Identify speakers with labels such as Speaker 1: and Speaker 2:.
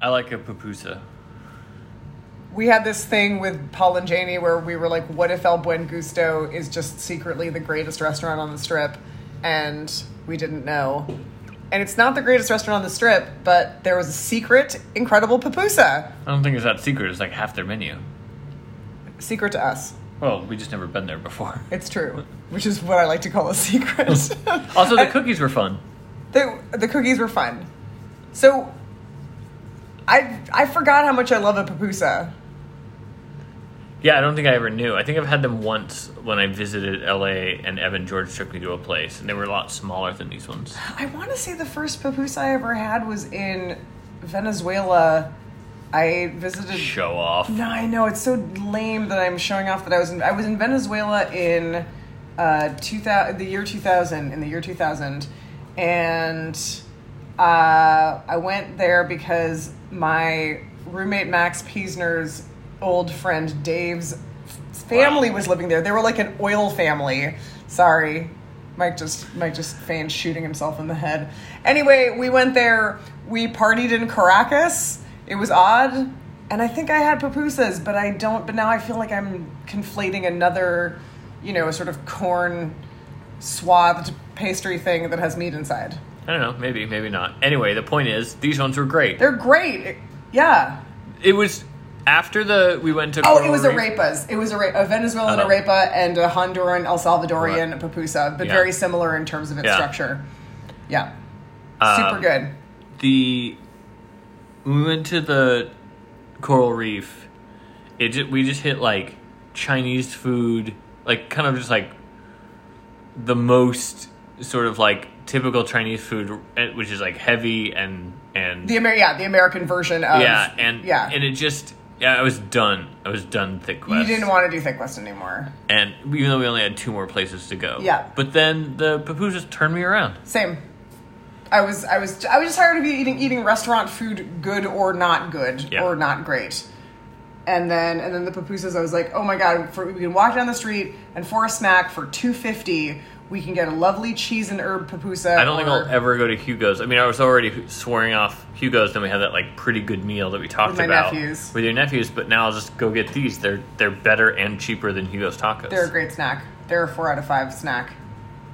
Speaker 1: I like a pupusa.
Speaker 2: We had this thing with Paul and Janie where we were like, what if El Buen Gusto is just secretly the greatest restaurant on the strip? And we didn't know. And it's not the greatest restaurant on the strip, but there was a secret, incredible pupusa.
Speaker 1: I don't think it's that secret. It's like half their menu.
Speaker 2: Secret to us.
Speaker 1: Well, we just never been there before.
Speaker 2: It's true, which is what I like to call a secret.
Speaker 1: Also, the
Speaker 2: And
Speaker 1: cookies were fun.
Speaker 2: the, the cookies were fun. So I, I forgot how much I love a pupusa.
Speaker 1: Yeah, I don't think I ever knew. I think I've had them once when I visited LA and Evan George took me to a place, and they were a lot smaller than these ones.
Speaker 2: I want to say the first papoose I ever had was in Venezuela. I visited.
Speaker 1: Show off.
Speaker 2: No, I know it's so lame that I'm showing off that I was in. I was in Venezuela in uh, 2000, the year 2000, in the year 2000, and uh, I went there because my roommate Max Piesner's old friend Dave's f- family
Speaker 1: Wow.
Speaker 2: was living there. They were like an oil family. Sorry. Mike just Mike just feigned shooting himself in the head. Anyway, we went there. We partied in Caracas. It was odd, and I think I had pupusas, but I don't. But now I feel like I'm conflating another, you know, sort of corn swathed pastry thing that has meat inside.
Speaker 1: I don't know, maybe, maybe not. Anyway, the point is, these ones were great.
Speaker 2: They're great. Yeah.
Speaker 1: It was after the we went to.
Speaker 2: Oh, it
Speaker 1: Coral
Speaker 2: was a
Speaker 1: Reef-
Speaker 2: arepas. It was a, ra- a Venezuelan
Speaker 1: Uh-huh.
Speaker 2: arepa and a Honduran El Salvadorian
Speaker 1: Right.
Speaker 2: pupusa, but
Speaker 1: Yeah.
Speaker 2: very similar in terms of its
Speaker 1: Yeah.
Speaker 2: structure. Yeah. Super
Speaker 1: Um,
Speaker 2: good.
Speaker 1: The we went to the Coral Reef. It ju- we just hit like Chinese food, like kind of just like the most sort of like typical Chinese food, eh, which is like heavy and and
Speaker 2: The Amer- yeah, the American version of
Speaker 1: yeah and
Speaker 2: yeah.
Speaker 1: and it just yeah I was done. I was done thick
Speaker 2: you
Speaker 1: quest.
Speaker 2: didn't want to do thick west anymore.
Speaker 1: and even though we only had two more places to go.
Speaker 2: Yeah.
Speaker 1: But then the papoose just turned me around.
Speaker 2: Same. I was I was I was just tired of eating eating restaurant food good or not good
Speaker 1: Yeah.
Speaker 2: or not great. And then and then the pupusas I was like, "Oh my god, for, we can walk down the street and for a snack for 250, we can get a lovely cheese and herb pupusa."
Speaker 1: I don't think
Speaker 2: or-
Speaker 1: I'll ever go to Hugo's. I mean, I was already swearing off Hugo's. Then we had that like pretty good meal that we talked
Speaker 2: With my
Speaker 1: about
Speaker 2: nephews.
Speaker 1: with your nephews. But now I'll just go get these. They're they're better and cheaper than Hugo's tacos.
Speaker 2: They're a great snack. They're a 4 out of 5 snack.